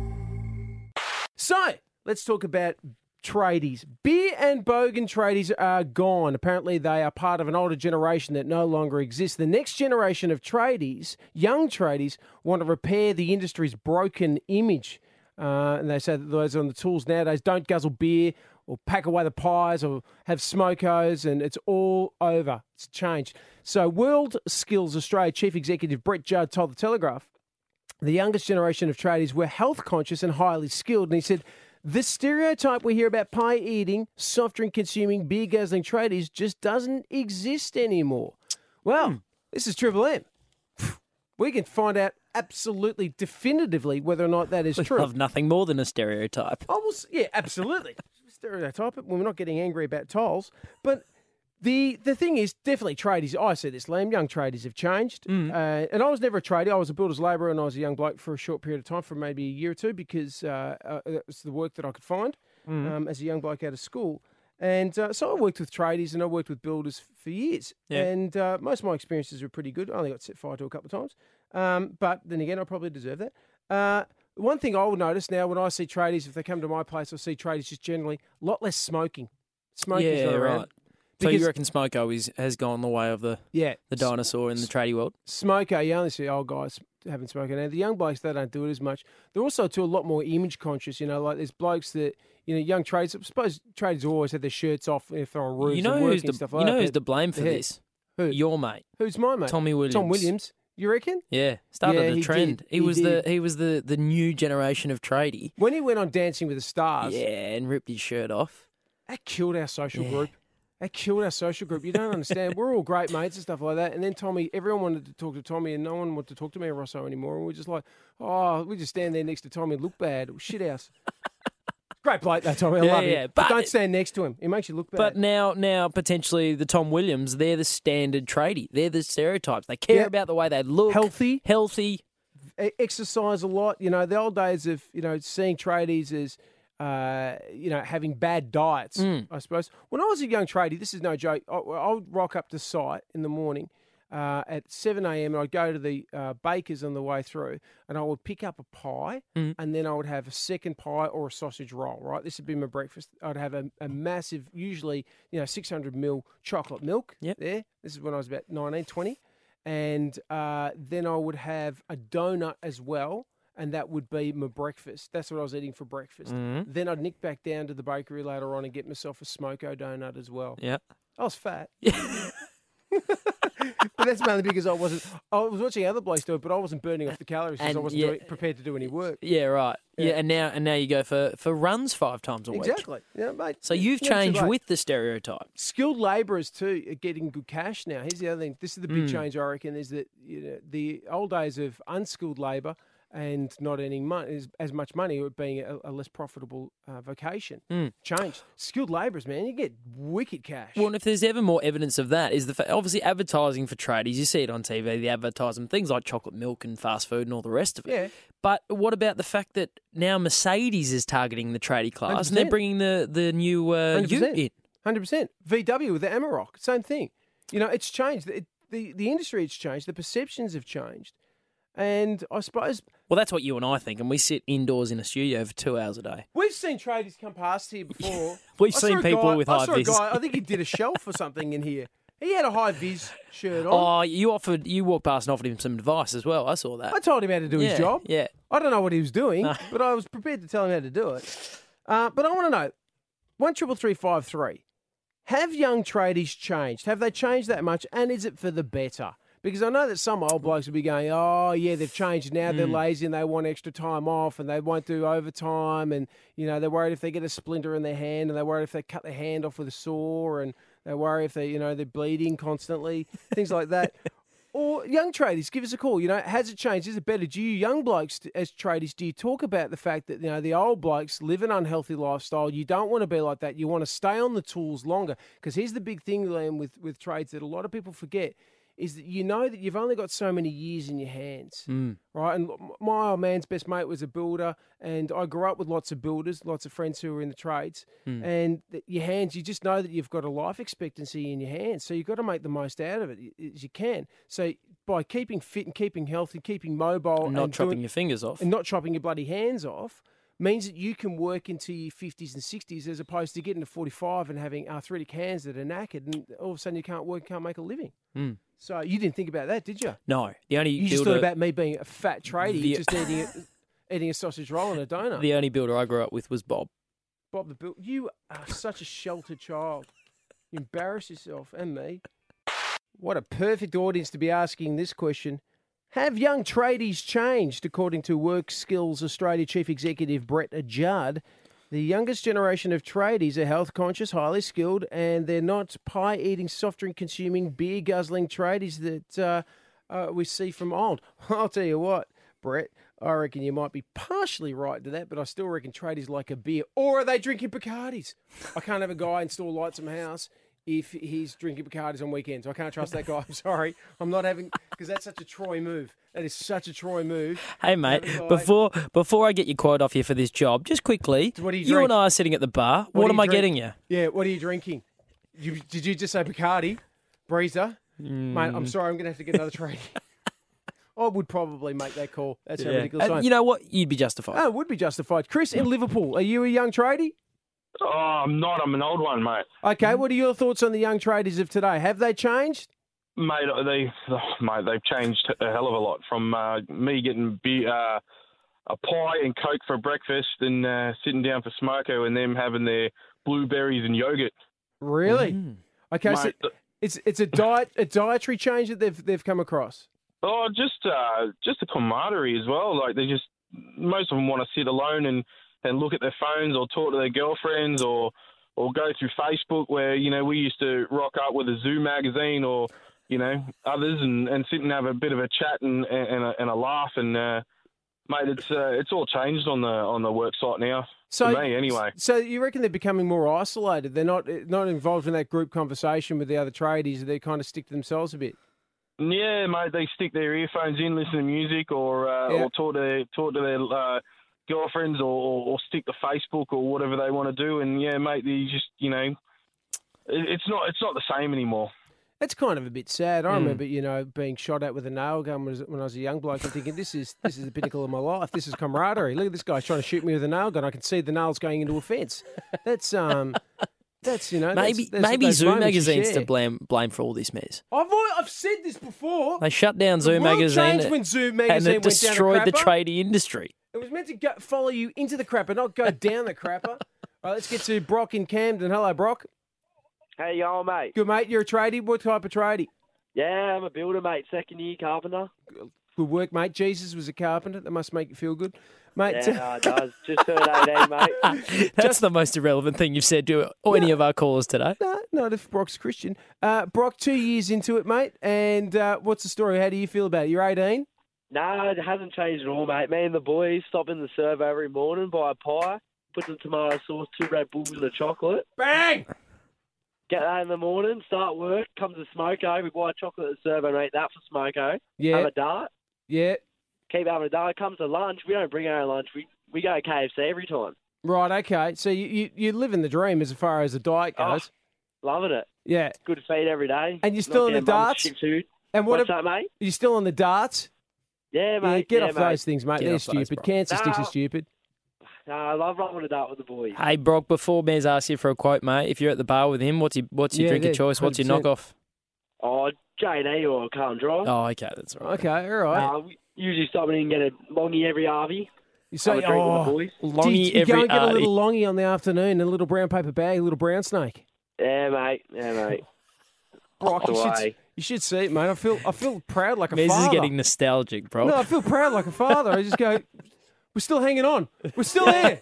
So let's talk about tradies. Beer and bogan tradies are gone. Apparently, they are part of an older generation that no longer exists. The next generation of tradies, young tradies, want to repair the industry's broken image. Uh, and they say that those on the tools nowadays don't guzzle beer or pack away the pies or have smokos, and it's all over. It's changed. So, World Skills Australia Chief Executive Brett Judd told The Telegraph the youngest generation of tradies were health conscious and highly skilled. And he said, this stereotype we hear about pie eating, soft drink consuming, beer guzzling tradies just doesn't exist anymore. Well, this is Triple M. We can find out absolutely definitively whether or not that is true. Love nothing more than a stereotype. I will. s- Yeah, absolutely. Stereotype it. Well, we're not getting angry about tolls, but The the thing is, definitely tradies. I said this, Liam. Young tradies have changed, uh, and I was never a tradie. I was a builder's labourer, and I was a young bloke for a short period of time, for maybe a year or two, because uh, uh, it was the work that I could find Mm. um, as a young bloke out of school. And uh, so I worked with tradies, and I worked with builders f- for years. Yeah. And uh, most of my experiences were pretty good. I only got set fire to a couple of times, um, but then again, I probably deserve that. Uh, one thing I will notice now when I see tradies, if they come to my place, I see tradies just generally a lot less smoking. Smoking's yeah, not around. right. So you Because- reckon Smoko is, has gone the way of the Yeah. the dinosaur in the tradie world? smoker, you only see old guys having smoking. And the young blokes, they don't do it as much. They're also too a lot more image conscious. You know, like there's blokes that you know, young trades. I suppose trades always had their shirts off if they're on roofs You know and who's working the stuff you like know that, who's but the blame for the head- this? Your mate. Who's my mate? Tommy Williams. Tom Williams. You reckon? Yeah, started Yeah, a he trend. did. He, He was did. the he was the the new generation of tradie. When he went on Dancing with the Stars, yeah, and ripped his shirt off. That killed our social group. That killed our social group. You don't understand. We're all great mates and stuff like that. And then Tommy, everyone wanted to talk to Tommy, and no one wanted to talk to me and Rosso anymore. And we're just like, oh, we just stand there next to Tommy and look bad. Shit house. great bloke, though, Tommy. I Yeah, love him. yeah, But, don't stand next to him. It makes you look bad. But now, now potentially the Tom Williams, they're the standard tradie. They're the stereotypes. They care Yeah. about the way they look, healthy, healthy. e- exercise a lot. You know, the old days of you know seeing tradies as uh, you know having bad diets. Mm. I suppose when I was a young tradie, this is no joke. I, I would rock up to site in the morning. Uh, at 7 a.m., and I'd go to the uh, baker's on the way through, and I would pick up a pie, Mm. and then I would have a second pie or a sausage roll. Right, this would be my breakfast. I'd have a, a massive, usually you know, 600 mil chocolate milk. There, this is when I was about 19, 20 and uh, then I would have a donut as well, and that would be my breakfast. That's what I was eating for breakfast. Mhm. Then I'd nick back down to the bakery later on and get myself a smoko donut as well. Yeah. I was fat. but that's mainly because I wasn't. I was watching other blokes do it, but I wasn't burning off the calories because I And wasn't yeah- doing, prepared to do any work. Yeah, right. Yeah. Yeah. and now and now you go for for runs five times a week. Exactly. Yeah, mate. So you've Never too changed late. with the stereotype. skilled labourers too are getting good cash now. Here's the other thing. This is the big Mm. change I reckon is that you know the old days of unskilled labour and not earning money as, as much money or it being a, a less profitable uh, vocation Mm. changed. Skilled labourers, man, you get wicked cash. Well, and if there's ever more evidence of that, is the fa- obviously advertising for tradies. You see it on TV. They advertise them things like chocolate milk and fast food and all the rest of it. Yeah. But what about the fact that now Mercedes is targeting the tradie class and they're 100%. bringing the the new uh, Ute in? Hundred percent. VW with the Amarok, same thing. You know, it's changed. It, the the industry has changed. The perceptions have changed, and I suppose Well, that's what you and I think, and we sit indoors in a studio for two hours a day. We've seen tradies come past here before. We've I saw seen a people guy- with I high saw vis. a guy. I think he did a shelf or something in here. He had a high vis shirt on. Oh, you offered you walked past and offered him some advice as well. I saw that. I told him how to do Oh, Yeah, his job. Yeah. I don't know what he was doing, No. but I was prepared to tell him how to do it. Uh, but I want to know one triple three five three. Have young tradies changed? Have they changed that much? And is it for the better? Because I know that some old blokes will be going, oh, yeah, they've changed now. They're Mm. lazy and they want extra time off and they won't do overtime. And, you know, they're worried if they get a splinter in their hand and they're worried if they cut their hand off with a saw and they worry if they, you know, they're bleeding constantly, things like that. Or young tradies, give us a call. You know, has it changed? Is it better? Do you young blokes as tradies, do you talk about the fact that, you know, the old blokes live an unhealthy lifestyle? You don't want to be like that. You want to stay on the tools longer. Because here's the big thing, Liam, with, with trades that a lot of people forget is that you know that you've only got so many years in your hands Mm. right? And m- my old man's best mate was a builder, and I grew up with lots of builders, lots of friends who were in the trades. Hmm. And th- your hands, you just know that you've got a life expectancy in your hands, so you've got to make the most out of it y- as you can. So by keeping fit and keeping healthy, keeping mobile, And not and chopping doing- your fingers off. and not chopping your bloody hands off. Means that you can work into your 50s and 60s as opposed to getting to 45 and having arthritic hands that are knackered and all of a sudden you can't work, can't make a living. Mm. So you didn't think about that, did you? No, the only You just builder, thought about me being a fat tradie, The- just eating a, eating a sausage roll and a donut. the only builder I grew up with was Bob. Bob the Build, you are such a sheltered child. You embarrass yourself and me. What a perfect audience to be asking this question. Have young tradies changed? According to Work Skills Australia Chief Executive Brett Judd, the youngest generation of tradies are health conscious, highly skilled, and they're not pie eating, soft drink consuming, beer guzzling tradies that uh, uh, we see from old. I'll tell you what, Brett, I reckon you might be partially right to that, but I still reckon tradies like a beer. Or are they drinking Bacardis? I can't have a guy install lights in my house if he's drinking Bacardis on weekends. I can't trust that guy. "Oh, I'm sorry. I'm not having because that's such a Troy move. That is such a Troy move. Hey mate, Have a guy- before before I get your quote off you for this job, just quickly, What do you and drink? I are sitting at the bar. What, do am I drink? getting you? Yeah, what are you drinking? You, did you just say Bacardi, Breezer? Mate, I'm Mm. sorry. I'm going to have to get another drink. I would probably make that call. That's how Yeah. ridiculous. And I am. Uh, you know Mm. what? You'd be justified. Oh, it would be justified. Chris in Liverpool, are you a young tradie? Oh, I'm not. I'm an old one, mate. Okay, Mm. what are your thoughts on the young tradies of today? Have they changed? Mate, they, oh, mate, they've changed a hell of a lot from uh, me getting be, uh, a pie and coke for breakfast and uh, sitting down for smoko and them having their blueberries and yogurt. Really? Mm. Okay, so Mate, th- it's it's a diet a dietary change that they've they've come across. Oh, just uh, just the camaraderie as well. Like they just most of them want to sit alone and, and look at their phones or talk to their girlfriends or or go through Facebook where you know we used to rock up with a Zoo magazine or you know others and, and sit and have a bit of a chat and and a, and a laugh and uh, mate, it's uh, it's all changed on the on the work site now. So for me anyway. So you reckon they're becoming more isolated? They're not eh, not involved in that group conversation with the other tradies. They kind of stick to themselves a bit. Yeah, mate, they stick their earphones in, listen to music, or uh, Yeah. or talk to talk to their uh, girlfriends, or, or, or stick to Facebook or whatever they want to do. And yeah, mate, you just you know, it, it's not it's not the same anymore. That's kind of a bit sad. I Mm. remember, you know, being shot at with a nail gun when I was- when I was a young bloke and thinking, this is this is the pinnacle of my life. This is camaraderie. Look at this guy trying to shoot me with a nail gun. I can see the nails going into a fence. That's um, that's you know, that's- maybe that's- maybe those Zoo moments you magazine's share. to blame blame for all this mess. I've al- I've said this before. They shut down Zoo the world magazine, changed when Zoo and magazine it went destroyed down the the, crapper. tradie industry. It was meant to go, follow you into the crapper, not go down the crapper. All right, let's get to Brock in Camden. Hello, Brock. How you all, mate? Good mate. You're a tradie. What type of tradie? Yeah, I'm a builder, mate. Second year carpenter. Good work, mate. Jesus was a carpenter. That must make you feel good, mate. Yeah, no, it does. Just turned 18, mate. That's the most irrelevant thing you've said to any of our callers today. No, not if Brock's Christian. Uh, Brock, two years into it, mate. And uh, what's the story? How do you feel about it? You're 18. No, it hasn't changed at all, mate. Me and the boys stop in the serve every morning, buy a pie, put some tomato sauce, two Red Bulls and a chocolate. Bang! Get that in the morning, start work, comes a smoko, we buy a chocolate at the servo and eat that for smoko. Yeah. Have a dart, Yeah. keep having a dart. Comes to lunch, we don't bring our own lunch, we, we go KFC every time. Right. Okay. So you, you you're living the dream as far as the diet Oh, goes. Loving it. yeah. Good feed every day. And you're still Not in the getting bummed darts? shit food. And what What's ab- that, mate? You still on the darts? Yeah, mate. get Yeah, off mate. those things, mate. Get They're off those, stupid. Brock. Cancer sticks No. are stupid. No, I love rolling a dart with the boys. Ah. Hey Brock, before Mez asks you for a quote, mate, if you're at the bar with him, what's your what's your Yeah, drink yeah, of choice? What's your 100%. knockoff? Oh, JD or can't drive. Oh, okay, that's all right. Okay, all right. Uh, we usually stop in and get a longy every RV. You say, Have a drink with the oh, boys. do you, you go and get a little longy on the afternoon, a little brown paper bag, a little brown snake. Yeah, mate. Yeah, mate. Brock, you That's the should, way. you should see it, mate. I feel I feel proud like a Mez father. is getting nostalgic, Brock. No, I feel proud like a father. I just go, we're still hanging on. We're still here. We're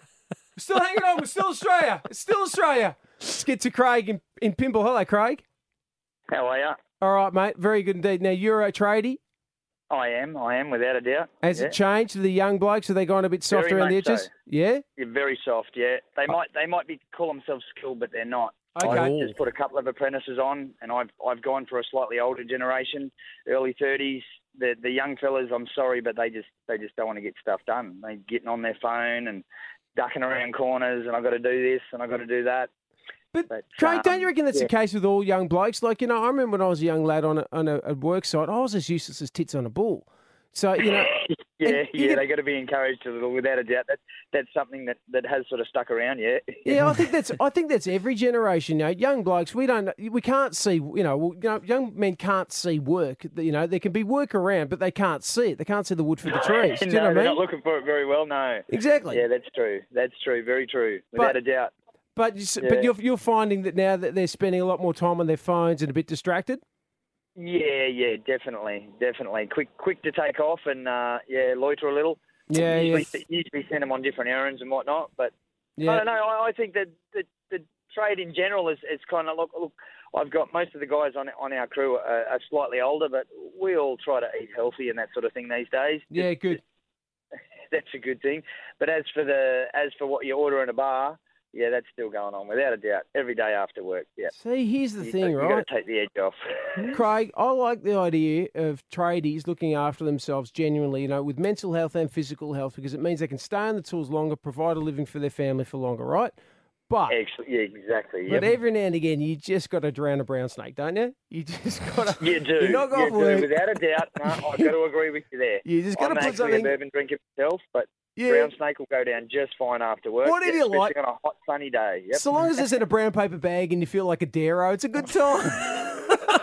still hanging on. We're still Australia. It's still Australia. Let's get to Craig in, in Pimble. Hello, Craig. How are you? All right, mate. Very good indeed. Now, Euro tradie. I am. I am, without a doubt. Has Yeah. it changed to the young blokes? Have they gone a bit Very softer around the much edges? so. Yeah? You're very soft. Yeah, they might they might be call themselves skilled, but they're not. I've Okay. just put a couple of apprentices on, and I've I've gone for a slightly older generation, early thirties. The the young fellas, I'm sorry, but they just they just don't want to get stuff done. They're getting on their phone and ducking around corners, and I've got to do this and I've got to do that. um, But, Craig, don't you reckon that's the case with all young blokes? Like, you know, I remember when I was a young lad on a, on a, a work site, I was as useless as tits on a ball. So, you know, yeah, and you yeah, can- they got to be encouraged a little, without a doubt. That that's something that that has sort of stuck around. Yeah. Yeah, I think that's I think that's every generation. You know, young blokes, we don't we can't see. You know, well, you know, young men can't see work. You know, there can be work around, but they can't see it. They can't see the wood for the trees. Do you no, know they're what I not mean? looking for it very well. No, Exactly. Yeah, that's true. That's true. Very true. Without But- a doubt. But you, s Yeah. but you're you're finding that now that they're spending a lot more time on their phones and a bit distracted. Yeah, yeah, definitely, definitely. Quick, quick to take off and uh, yeah, loiter a little. Yeah, yeah. usually, usually send them on different errands and whatnot. But Yeah. I don't know. I, I think that the, the trade in general is, is kind of look. Look, I've got most of the guys on on our crew are, are slightly older, but we all try to eat healthy and that sort of thing these days. Yeah, good. That's a good thing. But as for the as for what you order in a bar, yeah, that's still going on without a doubt. Every day after work, yeah. See, here's the You- thing, you right? got to take the edge off. Craig, I like the idea of tradies looking after themselves genuinely, you know, with mental health and physical health, because it means they can stay on the tools longer, provide a living for their family for longer, right? But Actually, yeah, exactly. but yep. every now and again, you just got to drown a brown snake, don't you? You just got to. You do. You knock you off do, work. without a doubt. No, I've got to agree with you there. You just gotta I'm put actually something- a bourbon drinker myself, but Yeah. brown snake will go down just fine after work. Whatever you especially like. on a hot sunny day. Yep. So long as it's in a brown paper bag and you feel like a dero, it's a good time.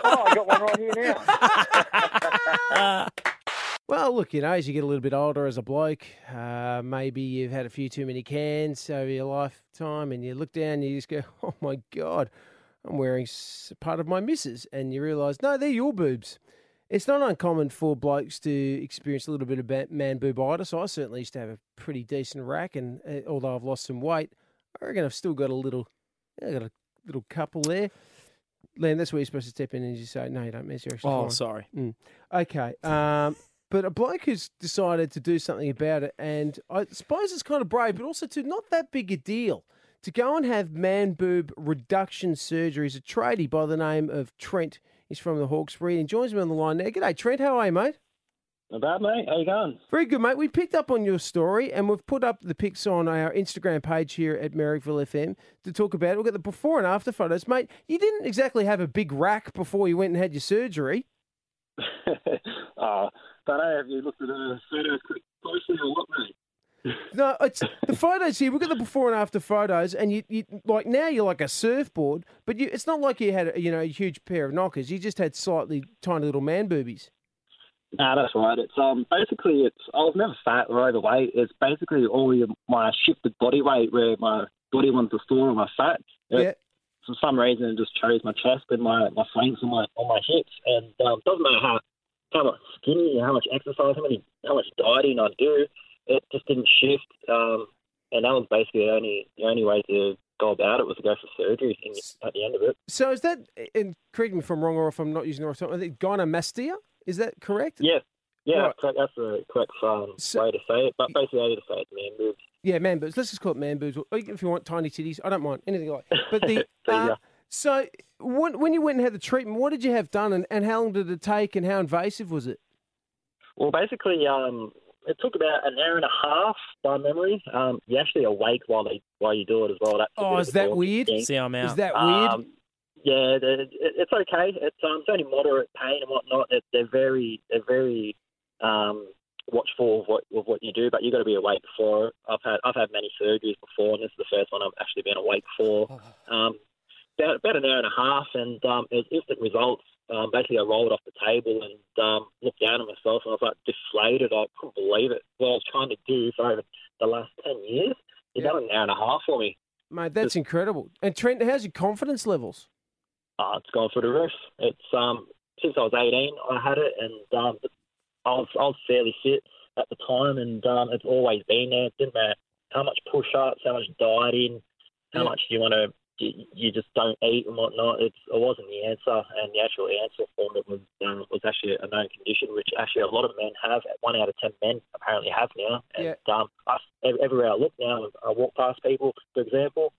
oh, I got one right here now. Well, look, you know, as you get a little bit older as a bloke, uh, maybe you've had a few too many cans over your lifetime, and you look down and you just go, oh my God, I'm wearing s- part of my missus. And you realise, no, they're your boobs. It's not uncommon for blokes to experience a little bit of ba- man boobitis. I certainly used to have a pretty decent rack, and uh, although I've lost some weight, I reckon I've still got a little, I got a little couple there. Len, that's where you're supposed to step in and you say, no, you don't miss. You're actually Oh, fine." sorry. Mm. Okay. Um, but a bloke who's decided to do something about it, and I suppose it's kind of brave, but also to not that big a deal. To go and have man boob reduction surgery is a tradie by the name of Trent. He's from the Hawkesbury and joins me on the line now. G'day, Trent. How are you, mate? Not bad, mate. How you going? Very good, mate. We picked up on your story and we've put up the pics on our Instagram page here at Merrickville FM to talk about it. We've got the before and after photos. Mate, you didn't exactly have a big rack before you went and had your surgery. Uh, don't know. Have you looked at the photos quick closely or what, mate? No, it's the photos here. We've got the before and after photos, and you, you like now you're like a surfboard, but you, it's not like you had you know a huge pair of knockers. You just had slightly tiny little man boobies. Nah, that's right. It's um basically it's I was never fat or overweight. It's basically all your, my shifted body weight where my body wants to store all my fat. It- Yeah. For some reason, it just chose my chest and my my flanks and my on my hips, and um, doesn't matter how how much skinny, how much exercise, how many how much dieting I do, it just didn't shift. Um, and that was basically the only the only way to go about it was to go for surgery and at the end of it. So is that? And correct me if I'm wrong, or if I'm not using the right term. I think gynecomastia. Is that correct? Yes. Yeah, Right. correct, that's the correct um, way to say it. But basically, I just say it's man boobs. Yeah, man boobs. Let's just call it man boobs. Or If you want tiny titties, I don't mind anything like. That. But the uh, so when, when you went and had the treatment, what did you have done, and, and how long did it take, and how invasive was it? Well, basically, um, it took about an hour and a half by memory. Um, you're actually awake while they while you do it as well. That's a Oh, bit of is a that daunting weird? thing. See, I'm Is out. that Um, yeah, it, it, it's okay. It's um, it's only moderate pain and whatnot. It, they're very they're very um, watchful of what of what you do, but you've got to be awake for. it. I've had I've had many surgeries before, and this is the first one I've actually been awake for. Oh. Um, about, about an hour and a half, and um, it was instant results. Um, basically, I rolled off the table and um, looked down at myself, and I was like deflated. I couldn't believe it. What I was trying to do for over the last ten years is Yeah. about an hour and a half for me. Mate, that's incredible. And Trent, how's your confidence levels? Uh, it's gone through the roof. It's um, since I was eighteen, I had it, and um, I was I was fairly fit at the time, and um, it's always been there. It didn't matter how much push-ups, how much dieting, how much you want to. You, you just don't eat and whatnot. It's, it wasn't the answer, and the actual answer for it was um, was actually a known condition, which actually a lot of men have. One out of ten men apparently have now, and um, I, ev- everywhere I look now, I walk past people, for example,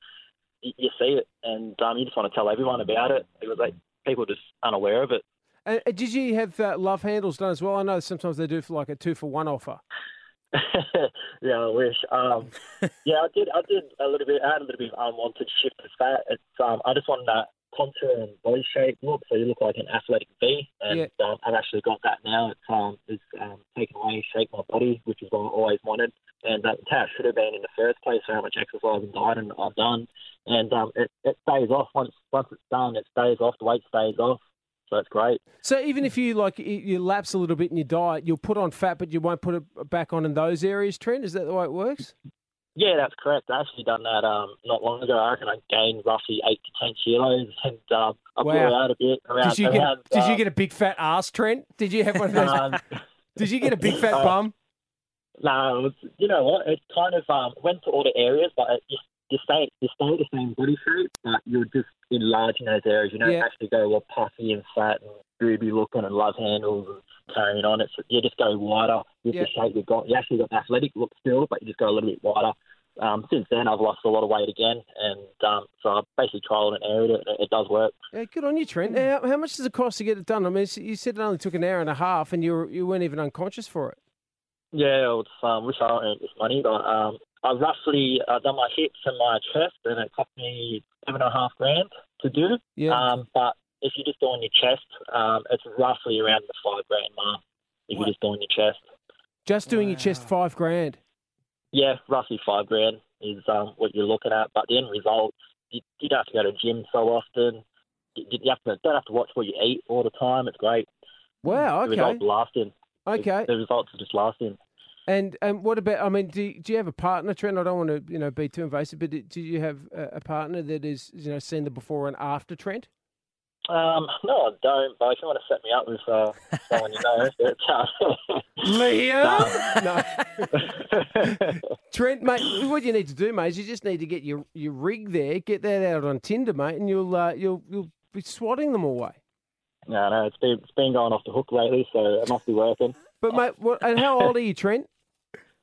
you, you see it, and um, you just want to tell everyone about it. It was like people just unaware of it. And and did you have uh, love handles done as well? I know sometimes they do for like a two for one offer. yeah, I wish. Um, yeah, I did. I did a little bit. I had a little bit of unwanted shift of fat. It's. Um, I just wanted that contour and body shape look, so you look like an athletic V, and um, I've actually got that now. It's um, it's um, taken away, shaped my body, which is what I always wanted, and that's how it should have been in the first place. How much exercise and dieting I've done, and um, it, it stays off once once it's done. It stays off. The weight stays off, so it's great. So even if you like y- you lapse a little bit in your diet, you'll put on fat, but you won't put it back on in those areas. Trent, is that the way it works? Yeah, that's correct. I actually done that um, not long ago. I reckon I gained roughly eight to ten kilos, and um, I blew Wow. out a bit. Around, Did you get around, did um, you get a big fat ass, Trent? Did you have one of those? Um, did you get a big fat uh, bum? No, it was- you know what? It kind of um, went to all the areas, but it just you stay you stay the same body shape, but you're just enlarging those areas. You don't Yeah. actually go all puffy and fat and booby looking and love handles and carrying on. It's you just go wider with Yeah. the shape you've got. You actually got an athletic look still, but you just go a little bit wider. Um, since then, I've lost a lot of weight again, and um, so I basically trialed and errored it. It, it does work. Yeah, good on you, Trent. How, how much does it cost to get it done? I mean, you said it only took an hour and a half, and you were, you weren't even unconscious for it. Yeah, well, it's um, wish I earned this money, but um, I roughly uh, done my hips and my chest, and it cost me seven and a half grand to do. Yeah. Um, but if you're just doing your chest, um, it's roughly around the five grand mark. If you're just doing your chest, Just doing your chest, five grand. yeah, roughly five grand is um, what you're looking at. But the end result, you, you don't have to go to the gym so often. You, you have to, don't have to watch what you eat all the time. It's great. Wow. The results Okay. lasting. Okay. The results are just lasting. And and what about? I mean, do do you have a partner, Trent? I don't want to you know be too invasive, but do you have a, a partner that is you know seen the before and after Trent? Um, no, I don't. But if you want to set me up with uh, someone you know, it's, uh, no. Trent, mate, what you need to do, mate, is you just need to get your, your rig there, get that out on Tinder, mate, and you'll uh, you'll you'll be swatting them away. no, no, it's been it's been going off the hook lately, so it must be working. But mate, what, and how old are you, Trent?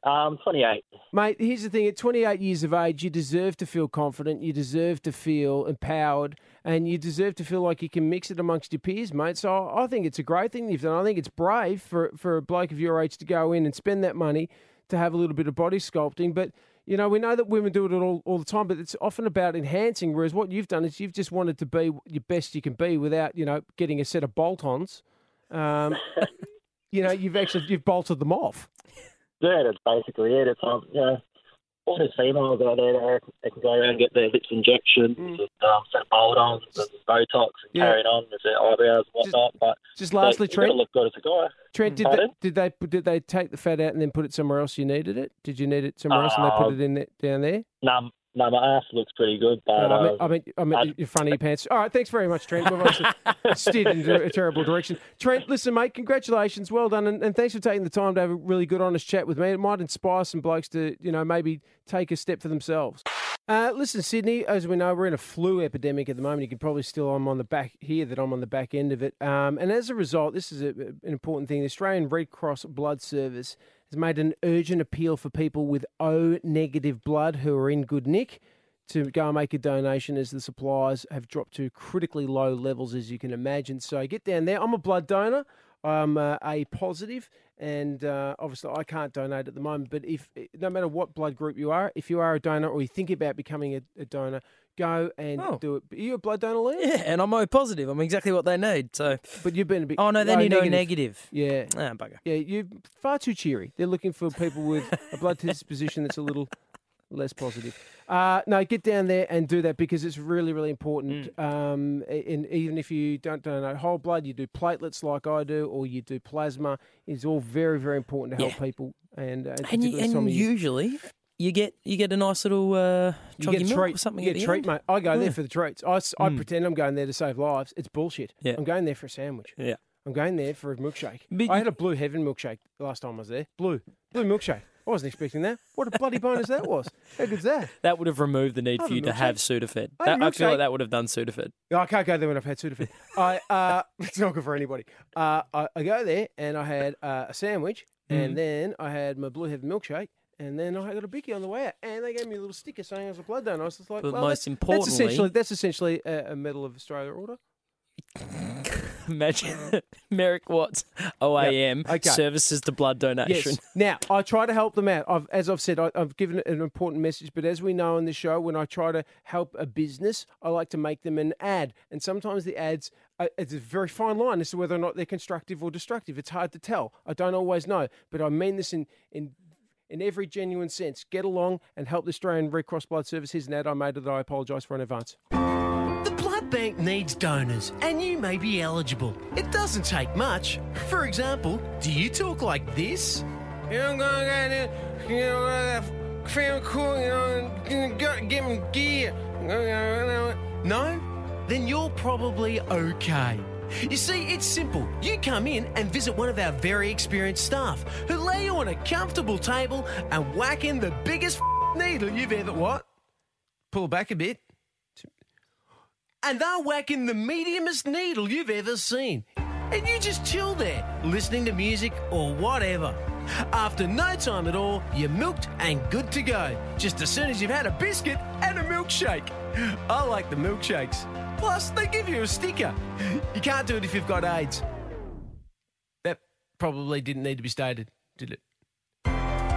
Um, 28. Mate, here's the thing: at 28 years of age, you deserve to feel confident, you deserve to feel empowered, and you deserve to feel like you can mix it amongst your peers, mate. So I think it's a great thing you've done. I think it's brave for for a bloke of your age to go in and spend that money to have a little bit of body sculpting, but. You know, we know that women do it all, all the time, but it's often about enhancing. Whereas what you've done is you've just wanted to be your best you can be without, you know, getting a set of bolt-ons. Um, you know, you've actually you've bolted them off. Yeah, that's basically it. It's um, you know, all these females out there, they, they can go around and get their lips injections, and um, set bolt ons, and Botox, and Mm. Yeah. carrying on with their eyebrows and whatnot. but just lastly, they, you gotta Trent- look good as a guy. Trent, did Pardon? they, did they did they take the fat out and then put it somewhere else you needed it? Did you need it somewhere else and they put Uh, it in there, down there? No, no, my ass looks pretty good, but No, I mean, um, I mean, I mean in front of your pants. All right, thanks very much, Trent. We've obviously steered into a terrible direction. Trent, listen, mate, congratulations, well done, and, and thanks for taking the time to have a really good, honest chat with me. It might inspire some blokes to, you know, maybe take a step for themselves. Uh, listen, Sydney, as we know, we're in a flu epidemic at the moment. You can probably still, I'm on the back here, that I'm on the back end of it. Um, and as a result, this is a, an important thing. The Australian Red Cross Blood Service has made an urgent appeal for people with O negative blood who are in good nick to go and make a donation as the supplies have dropped to critically low levels, as you can imagine. So get down there. I'm a blood donor. I'm uh, A positive, and uh, obviously I can't donate at the moment. But if eh, no matter what blood group you are, if you are a donor or you think about becoming a, a donor, go and Oh. do it. Are you a blood donor, Liam? Yeah, and I'm O positive. I'm exactly what they need. So, but you've been a bit. Oh no, they oh, need O negative. negative. Yeah. Ah, bugger. Yeah, you're far too cheery. They're looking for people with a blood disposition that's a little less positive. Uh, no, get down there and do that because it's really, really important. Mm. Um, a- and even if you don't donate whole blood, you do platelets like I do, or you do plasma. It's all very, very important to help Yeah. people. And uh, And, you, particularly this time and of year. usually you get you get a nice little uh, You choggy get milk treat, or something. You at get the treat, end. Hmm. mate. I go Yeah. there for the treats. I, s- I Mm. pretend I'm going there to save lives. It's bullshit. Yeah. I'm going there for a sandwich. Yeah. I'm going there for a milkshake. But I you- had a Blue Heaven milkshake the last time I was there. Blue, blue milkshake. I wasn't expecting that. What a bloody bonus that was. How good's that? That would have removed the need I had for a you to have Sudafed. I had a That- I feel milkshake. like that would have done Sudafed. No, I can't go there when I've had Sudafed. I uh, it's not good for anybody. Uh, I, I go there and I had uh, a sandwich, and Mhm. then I had my Blue Heaven milkshake, and then I got a bicky on the way out, and they gave me a little sticker saying I was a blood donor. I was just like, But well, most that's, that's importantly- essentially that's essentially a, a Medal of Australia order. Imagine Merrick Watts, OAM, okay. services to blood donation. Yes. Now I try to help them out. I've, as I've said, I, I've given an important message. But as we know on the show, when I try to help a business, I like to make them an ad, and sometimes the ads uh, it's a very fine line as to whether or not they're constructive or destructive. It's hard to tell. I don't always know, but I mean this in in. In every genuine sense, get along and help the Australian Red Cross Blood Service. Here's an ad I made that I apologise for in advance. The blood bank needs donors, and you may be eligible. It doesn't take much. For example, do you talk like this? I'm gonna get it. You know, that feel cool. You know, and go get me gear. No? Then you're probably okay. You see, it's simple. You come in and visit one of our very experienced staff who lay you on a comfortable table and whack in the biggest needle you've ever. What? Pull back a bit. And they're whacking the mediumest needle you've ever seen. And you just chill there, listening to music or whatever. After no time at all, you're milked and good to go. Just as soon as you've had a biscuit and a milkshake. I like the milkshakes. Plus, they give you a sticker. You can't do it if you've got AIDS. That probably didn't need to be stated, did it?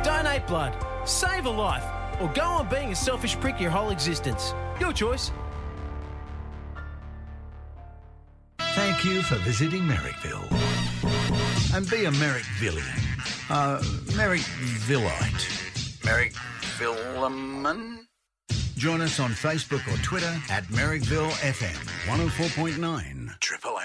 Donate blood, save a life, or go on being a selfish prick your whole existence. Your choice. Thank you for visiting Merrickville. And be a Merrickvillian. Uh, Merrickvillite. Merrick Philemon? oh Join us on Facebook or Twitter at Merrickville FM 104.9. Triple M.